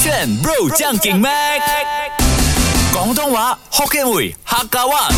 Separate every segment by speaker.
Speaker 1: 选 bro 将劲 mac，广东话 Hokkien 语客家话。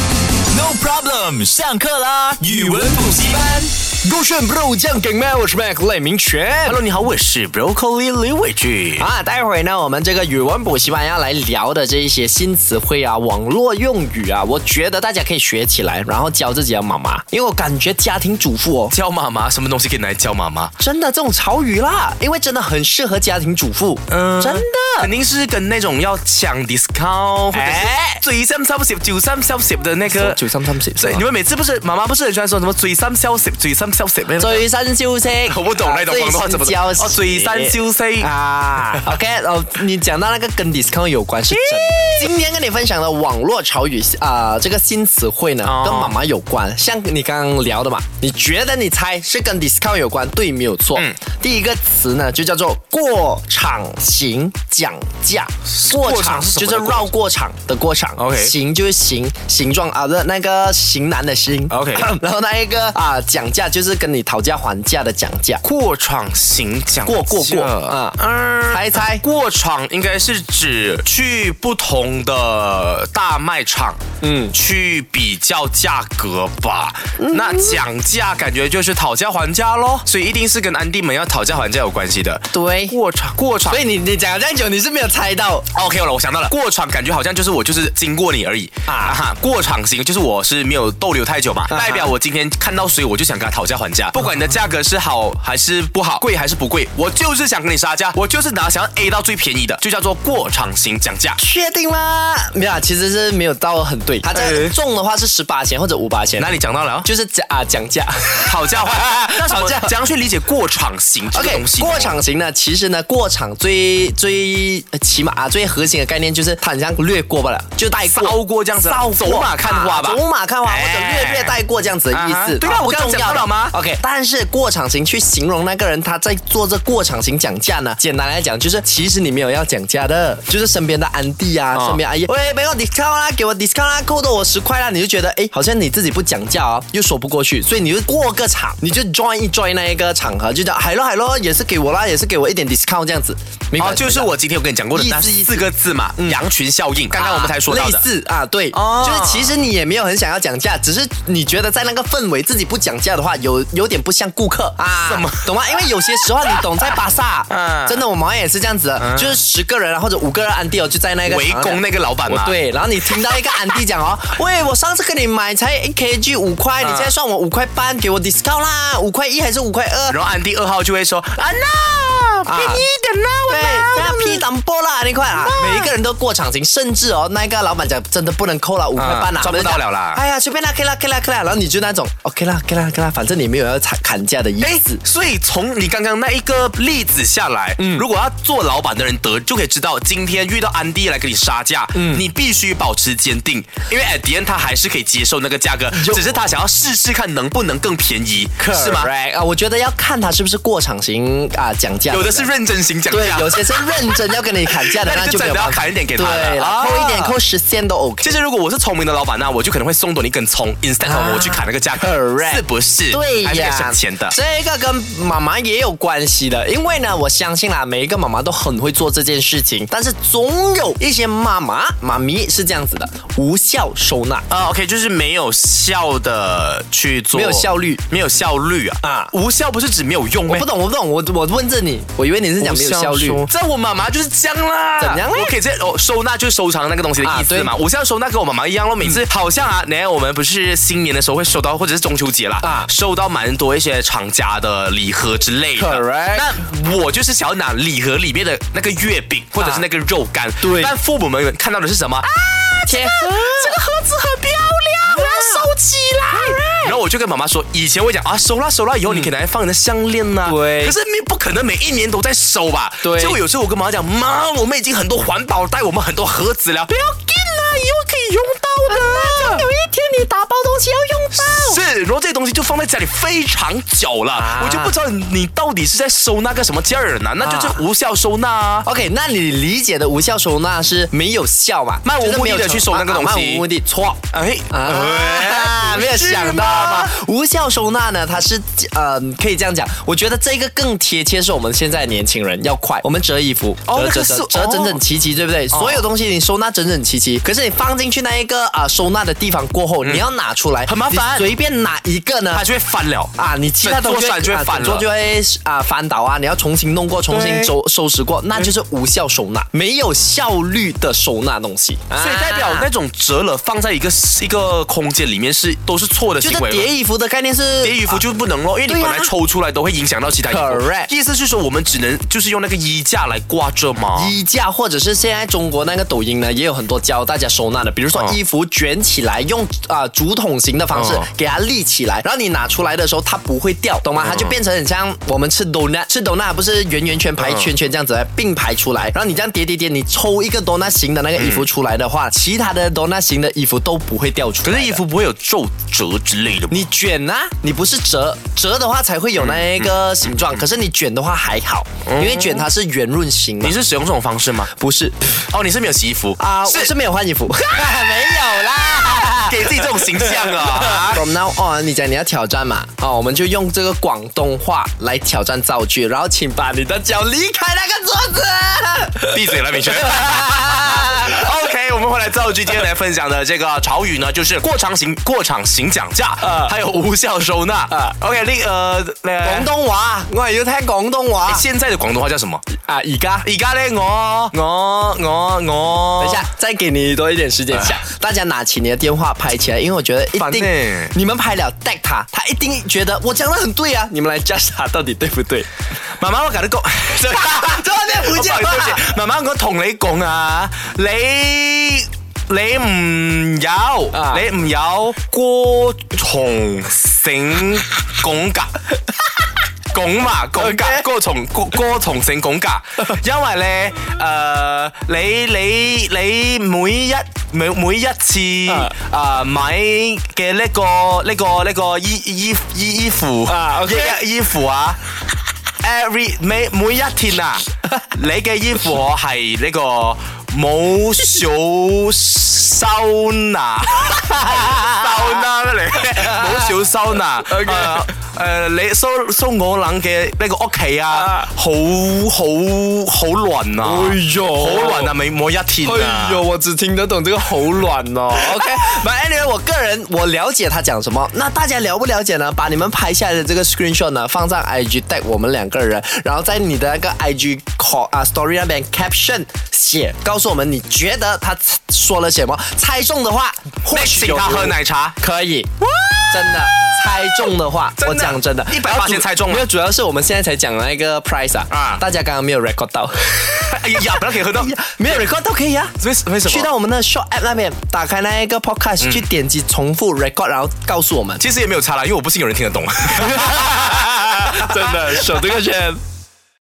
Speaker 1: No problem，上课啦！语文补习班。
Speaker 2: 勾选 bro 酱给麦，我是 Mac 赖明全。
Speaker 3: Hello，你好，我是 Broccoli 李伟俊。
Speaker 2: 啊，待会儿呢，我们这个语文补习班要来聊的这一些新词汇啊、网络用语啊，我觉得大家可以学起来，然后教自己的妈妈，因为我感觉家庭主妇哦，
Speaker 3: 叫妈妈，什么东西可以拿来叫妈妈？
Speaker 2: 真的这种潮语啦，因为真的很适合家庭主妇，
Speaker 3: 嗯
Speaker 2: 真的
Speaker 3: 肯。定是跟那种要抢 discount 或者
Speaker 2: 哎
Speaker 3: 是追三消息、九三消息的那个。
Speaker 2: 九三三十，
Speaker 3: 所以你们每次不是啊妈妈不是很喜欢说什么追三消息、追三消息？
Speaker 2: 最新消息，
Speaker 3: 我不懂那
Speaker 2: 啊
Speaker 3: 种广东话怎么
Speaker 2: 最新消息
Speaker 3: 哦，追三消 息。
Speaker 2: 啊，OK，哦，你讲到那个跟 discount 有关是真的。今天跟你分享的网络潮语啊、这个新词汇呢，
Speaker 3: 哦
Speaker 2: 跟妈妈有关。像你刚刚聊的嘛，你觉得你猜是跟 discount 有关，对，没有错。
Speaker 3: 嗯
Speaker 2: 第一个词呢就叫做过场型讲价，
Speaker 3: 过场是什
Speaker 2: 就
Speaker 3: 么
Speaker 2: 是
Speaker 3: 的过
Speaker 2: 绕过场的过场
Speaker 3: OK
Speaker 2: 形就是形形状啊，不是那个型男的型
Speaker 3: OK
Speaker 2: 然后那一个啊讲价就是跟你讨价还价的讲 价。
Speaker 3: 过场型讲
Speaker 2: 过过过啊
Speaker 3: 啊，嗯
Speaker 2: 猜一 猜
Speaker 3: 过场应该是指去不同的大卖场，
Speaker 2: 嗯嗯
Speaker 3: 嗯，去比较价格吧。那讲价感觉就是讨价还价咯，所以一定是跟安迪们要讨价还价有关系的。
Speaker 2: 对，
Speaker 3: 过场过场哦
Speaker 2: 所以你你讲了这样久，你是没有猜到。
Speaker 3: ，OK 了，我想到了，过场感觉好像就是我就是经过你而已
Speaker 2: 啊
Speaker 3: 啊哈，过场型就是我是没有逗留太久嘛，
Speaker 2: 哈
Speaker 3: 代表我今天看到谁我就想跟他讨价还价，不管你的价格是好还是不好，贵还是不贵，我就是想跟你杀价，我就是拿想要 A 到最便宜的，就叫做过场型讲价。
Speaker 2: 确定吗？没有啊，其实是没有到很对。它这
Speaker 3: 哎
Speaker 2: 中的话是十八钱或者五八钱，
Speaker 3: 那你讲到了啊，
Speaker 2: 就是讲啊讲价。
Speaker 3: 讨价还 价，那怎么
Speaker 2: 讨价
Speaker 3: 怎样去理解过场型这个
Speaker 2: OK，
Speaker 3: 东西呢？
Speaker 2: 过场型呢，其实呢，过场最最呃起码啊最核心的概念就是它很像略过罢了，就带过、
Speaker 3: 扫过这样子啊
Speaker 2: 扫过
Speaker 3: 走马看花吧
Speaker 2: 啊走马看花或者
Speaker 3: 哎
Speaker 2: 略略带过这样子的意
Speaker 3: 啊
Speaker 2: 思。
Speaker 3: 哈对啊
Speaker 2: 啊
Speaker 3: 我
Speaker 2: 不
Speaker 3: 刚刚
Speaker 2: 重
Speaker 3: 讲
Speaker 2: 要
Speaker 3: 到了吗
Speaker 2: ？OK，但是过场型去形容那个人他在做这过场型讲价呢，简单来讲就是其实你没有要讲价的，就是身边的安弟啊，
Speaker 3: 哦
Speaker 2: 身边阿姨，喂，没有 discount 啦，给我 discount 啦，扣多我十块啦，你就觉得哎，好像你自己不讲价哦，又说不过去，所以你就过个场，你就 join 一 join 那一个场合，就讲海咯海咯，也是给我啦，也是给我一点 discount 这样子，明白？
Speaker 3: 哦，就
Speaker 2: 明
Speaker 3: 是
Speaker 2: 白
Speaker 3: 我今天我跟你讲过的
Speaker 2: 意思
Speaker 3: 那
Speaker 2: 意思
Speaker 3: 四个字嘛，羊群效应，嗯刚刚我们才说到
Speaker 2: 啊
Speaker 3: 的
Speaker 2: 类。似啊，对，
Speaker 3: 哦
Speaker 2: 就是其实你也没有很想要讲价，只是你觉得在那个氛围自己不讲价的话，有有点不像顾客啊，
Speaker 3: 什么
Speaker 2: 懂吗？因为有些时候你懂，在巴萨，
Speaker 3: 嗯
Speaker 2: 真的我们也是这样子的，就是十个人啊或者五个人安迪哦，就在那个
Speaker 3: 围
Speaker 2: 场
Speaker 3: 攻那个老板
Speaker 2: 我
Speaker 3: 嘛。
Speaker 2: 对，然后你听到一个安迪讲 哦，喂，我上次跟你买才一 kg 五块，你现在算我五块半，给我 discount 啦，五块一还是五块二？
Speaker 3: 然后安迪二号就会说啊 no，
Speaker 2: 啊
Speaker 3: 便宜一点啦，我
Speaker 2: 对，
Speaker 3: 们
Speaker 2: 那批挡波啦，那块啊，每一个人都过场型，甚至哦，那个老板讲真的不能扣了五块半啊，
Speaker 3: 嗯赚不到了啦
Speaker 2: 哎呀，随便啦，K 啦，K 啦，K 啦，然后你就那种 OK 啦，K 啦，K 啦，反正你没有要砍砍价的意
Speaker 3: 哎
Speaker 2: 思，。
Speaker 3: 所以从你刚刚那一个例子下来，
Speaker 2: 嗯
Speaker 3: 如果要做老板的人得就可以知道，今天遇到安迪来跟你杀价，
Speaker 2: 嗯
Speaker 3: 你必须保持坚定，因为 at the end 他还是可以接受那个价格，
Speaker 2: 就
Speaker 3: 只是他想要试试看能不能更便宜，是吗？
Speaker 2: Correct 啊，我觉得要看他是不是过场型啊讲价，
Speaker 3: 有的是认真型讲
Speaker 2: 对，
Speaker 3: 价，
Speaker 2: 有些是认真要跟你砍价的，
Speaker 3: 那你就
Speaker 2: 没有
Speaker 3: 真的
Speaker 2: 办法
Speaker 3: 要砍一点给他了
Speaker 2: 对，
Speaker 3: 啊
Speaker 2: 扣一点扣十线都 OK。
Speaker 3: 其实如果我是聪明的老板呢，我就可能会送多你一根葱，instead of
Speaker 2: 啊
Speaker 3: 我去砍那个价格
Speaker 2: correct
Speaker 3: 是不是？
Speaker 2: 对
Speaker 3: 还是可以
Speaker 2: 呀，
Speaker 3: 省钱的。
Speaker 2: 这个跟妈妈也有关系的，因为呢，我相信啦，每一个妈妈都很会做这件事情，但是总有一些妈妈、妈咪是这样子的，无效收纳。
Speaker 3: 啊、o k 就是没有效的去做，
Speaker 2: 没有效率，
Speaker 3: 没有效率啊！
Speaker 2: 啊
Speaker 3: 啊，无效不是指没有用
Speaker 2: 我
Speaker 3: 咩
Speaker 2: 不？懂，我不懂，我我问着你，我以为你是讲没有效率。
Speaker 3: 在我妈妈就是这样啦。
Speaker 2: 怎样嘞
Speaker 3: 我可以直接哦，收纳就是收藏那个东西的意思嘛。
Speaker 2: 啊
Speaker 3: 无效收纳跟我妈妈一样咯，每次好像啊，那、我们不是新年的时候会收到，或者是中秋节啦，
Speaker 2: 啊
Speaker 3: 啊，收到蛮多一些厂家的礼盒之类的。
Speaker 2: Correct
Speaker 3: 那我就是想要拿礼盒里面的那个月饼或者是那个肉干。
Speaker 2: 啊对啊
Speaker 3: 但父母们看到的是什么？
Speaker 2: 天，
Speaker 3: 这个盒子很漂亮，我啊要
Speaker 2: 啊
Speaker 3: 收起来。然后我就跟妈妈说，以前我讲啊，收啦收啦，以后你可以拿来放你的项链呐、
Speaker 2: 对
Speaker 3: 可是你不可能每一年都在收吧？
Speaker 2: 对
Speaker 3: 结果有时候我跟妈妈讲，
Speaker 2: 啊
Speaker 3: 妈，我们已经很多环保袋，我们很多盒子了，不要进啦，以后可以用到的。
Speaker 2: 有一天你打包东西要用到。
Speaker 3: 是，然后这些东西就放在家里非常久了，
Speaker 2: 啊
Speaker 3: 我就不知道你到底是在收纳个什么劲儿呢？那就是无效收纳啊。
Speaker 2: OK，那你理解的无效收纳是没有效嘛？
Speaker 3: 漫无目
Speaker 2: 就是
Speaker 3: 的地
Speaker 2: 没有
Speaker 3: 去收那个东西
Speaker 2: 啊漫无目的错。
Speaker 3: 哎，
Speaker 2: 啊，没有想到吗？无效收纳呢，它是呃，可以这样讲，我觉得这个更贴切是我们现在年轻人要快，我们折衣服，
Speaker 3: 哦
Speaker 2: 折
Speaker 3: 那
Speaker 2: 折
Speaker 3: 个是
Speaker 2: 折折整整齐齐，对不对？所有东西你收纳整整齐齐，可是你放进去那一个啊、收纳的地方过后，你
Speaker 3: 嗯
Speaker 2: 要拿出来，
Speaker 3: 很麻烦
Speaker 2: 你随便拿一个呢
Speaker 3: 它，就会翻了
Speaker 2: 啊，你其他东西
Speaker 3: 整座山就会翻了
Speaker 2: 桌就会啊翻倒啊，你要重新弄过，重新
Speaker 3: 对
Speaker 2: 收收拾过，那就是无效收纳，没有效率的收纳东西，
Speaker 3: 所以代表
Speaker 2: 啊
Speaker 3: 那种折了放在一个一个空间里面是都是错的
Speaker 2: 就
Speaker 3: 行
Speaker 2: 是
Speaker 3: 为
Speaker 2: 叠
Speaker 3: 嘛。
Speaker 2: 衣服的概念是
Speaker 3: 叠衣服就不能咯，因为你
Speaker 2: 对
Speaker 3: 本
Speaker 2: 啊
Speaker 3: 来抽出来都会影响到其他衣服。
Speaker 2: Correct
Speaker 3: 意思是说我们只能就是用那个衣架来挂着嘛。
Speaker 2: 衣架，或者是现在中国那个抖音呢，也有很多教大家收纳的，比如说
Speaker 3: 嗯
Speaker 2: 衣服卷起来，用啊、竹筒型的方式
Speaker 3: 嗯
Speaker 2: 给它立起来，然后你拿出来的时候它不会掉，懂吗？它就变成很像我们吃 donut，吃 donut 不是圆圆圈排圈圈这样子哎并排出来，然后你这样叠叠叠，你抽一个 donut 型的那个衣服出来的话，其他的 donut 型的衣服都不会掉出
Speaker 3: 可
Speaker 2: 来的。
Speaker 3: 是衣服不会有皱褶之类的吗？
Speaker 2: 你卷啊，你不是折折的话才会有那个形状，可是你卷的话还好，因为卷它是圆润型嘛
Speaker 3: 你。是使用这种方式吗？
Speaker 2: 不是，
Speaker 3: 哦，你是没有洗衣服
Speaker 2: 啊，我是没有换衣服，没有啦。
Speaker 3: 给自己这种形象 啊！
Speaker 2: From now on，你讲你要挑战嘛？哦，我们就用这个广东话来挑战造句，然后请把你的脚离开那个桌子。
Speaker 3: 闭嘴了，美璇。OK，我们回来造句，今天来分享的这个潮语呢，就是过场型、过场型讲价，
Speaker 2: 呃
Speaker 3: 还有无效收纳。OK，另呃，
Speaker 2: 广
Speaker 3: 啊广
Speaker 2: 东话，我系要听广东话
Speaker 3: 现在的广东话叫什么？
Speaker 2: 啊！而家。
Speaker 3: 而家咧，我我我我，
Speaker 2: 等一下，再给你多一点时间想。大家拿起你的电话拍起来，因为我觉得一
Speaker 3: 烦
Speaker 2: 定
Speaker 3: 欸
Speaker 2: 你们拍了 tag 他，他一定觉得我讲的很对啊。你们来 judge 他到底对不对？
Speaker 3: 妈妈我搞得 讲，
Speaker 2: 做咩
Speaker 3: 我
Speaker 2: 福建
Speaker 3: 唔好意 思
Speaker 2: 话？
Speaker 3: 媽媽我同你講啊，你你唔有，
Speaker 2: 啊
Speaker 3: 你唔有過重性講價。講嘛講價，
Speaker 2: OK
Speaker 3: 過重過過重性講 價，因為咧誒、呃你你你每一每每一次誒、
Speaker 2: 啊
Speaker 3: 呃買嘅呢、個呢、個呢、個衣衣衣衣服
Speaker 2: 啊，OK
Speaker 3: 一一衣服啊。every 每每一天 啊，你嘅衣服我係呢個冇少收納，收納咩嚟？冇少收納。
Speaker 2: OK
Speaker 3: 誒誒，你蘇蘇我冷嘅呢個屋企啊
Speaker 2: 啊，
Speaker 3: 好好好亂啊，
Speaker 2: 哎呦
Speaker 3: 好亂啊，每每一天啊
Speaker 2: 哎。呦，我只听得懂这个喉软哦。OK，反正 anyway，我个人我了解他讲什么。那大家了不了解呢？把你们拍下来的这个 screenshot 呢，放上 IG tag 我们两个人，然后在你的那个 IG call 啊 story 那边 caption 写，告诉我们你觉得他说了什么。猜中的话，或
Speaker 3: 那
Speaker 2: 许
Speaker 3: 请
Speaker 2: 有
Speaker 3: 他喝奶茶，
Speaker 2: 可以，真的。猜中的话，
Speaker 3: 真的
Speaker 2: 我讲真的，
Speaker 3: 100%
Speaker 2: 然后主
Speaker 3: 猜中了
Speaker 2: 没有，主要是我们现在才讲那个 price 啊，
Speaker 3: 啊
Speaker 2: 大家刚刚没有 record 到，
Speaker 3: 哎呀，不要可以喝到。
Speaker 2: 没有 record 都可以啊，
Speaker 3: 为为什么？嗯
Speaker 2: 去到我们的 Shop App 那边，打开那一个 Podcast，、去点击重复 record，然后告诉我们。
Speaker 3: 其实也没有差啦，因为我不信有人听得懂。
Speaker 2: 真的，手这个圈。